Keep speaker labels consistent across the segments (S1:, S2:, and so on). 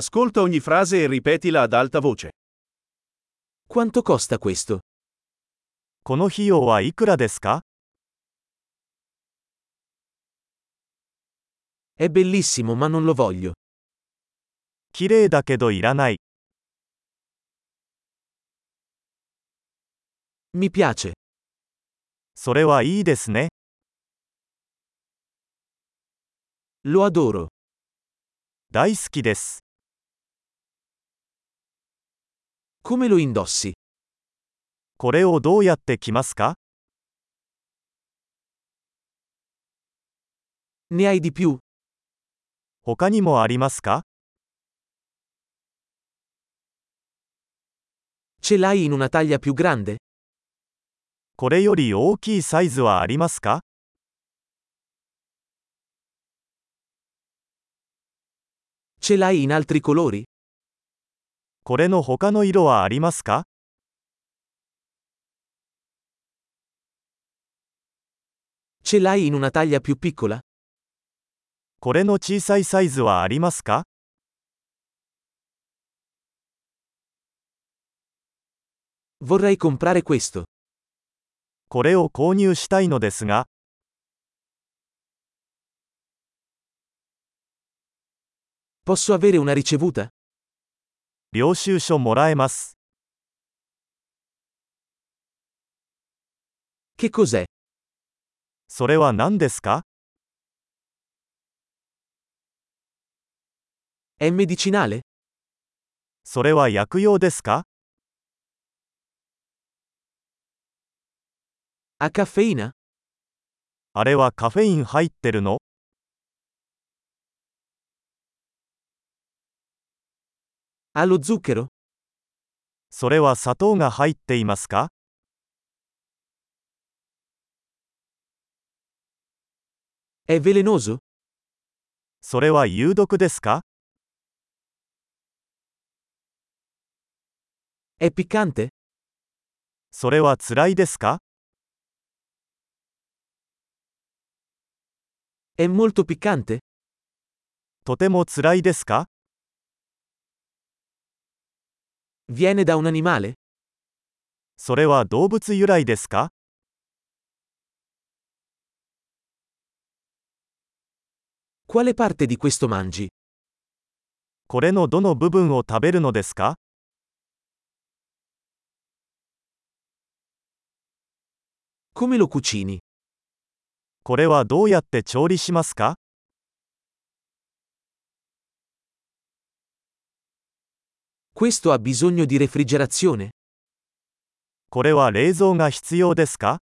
S1: Ascolta ogni frase e ripetila ad alta voce.
S2: Quanto costa questo?
S3: この費用はいくらですか
S2: È bellissimo ma non lo voglio.
S3: 綺麗だけどいらない。
S2: Mi piace.
S3: それはいいですね。
S2: Lo adoro.
S3: 大好きです。
S2: Come lo indossi?
S3: これをどうやって着ますか
S2: Ne hai di più?
S3: 他にもありますか
S2: Ce l'hai in una taglia più grande?
S3: これより大きいサイズはありますか
S2: Ce l'hai in altri colori?
S3: これの他の色はありますか
S2: Ce l'hai in una taglia più piccola?
S3: これの小さいサイズはありますか
S2: Vorrei comprare questo.
S3: これを購入したいのですが、
S2: Posso avere una ricevuta?
S3: 領収書もらえます。
S2: Che cos'è?
S3: それは何ですか
S2: È medicinale?
S3: それは薬用ですか
S2: Ha caffeina?
S3: あれはカフェイン入ってるの
S2: Ha lo zucchero?
S3: それは砂糖が入っていますか
S2: È velenoso?
S3: それは有毒ですか
S2: È piccante?
S3: それは辛いですか
S2: È molto piccante?
S3: とても辛いですか
S2: Viene da un animale?
S3: それは動物由来ですか
S2: Quale parte di questo mangi?
S3: これのどの部分を食べるのですか
S2: Come lo cucini?
S3: これはどうやって調理しますか
S2: Questo ha bisogno di refrigerazione?
S3: これは冷蔵が必要ですか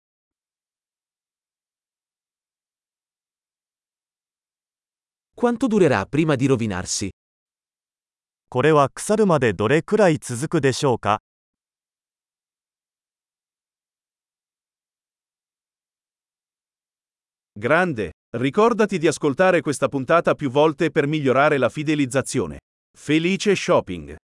S2: Quanto durerà prima di rovinarsi?
S3: これは腐るまでどれくらい続くでしょうか
S1: Grande, ricordati di ascoltare questa puntata più volte per migliorare la fidelizzazione. Felice shopping!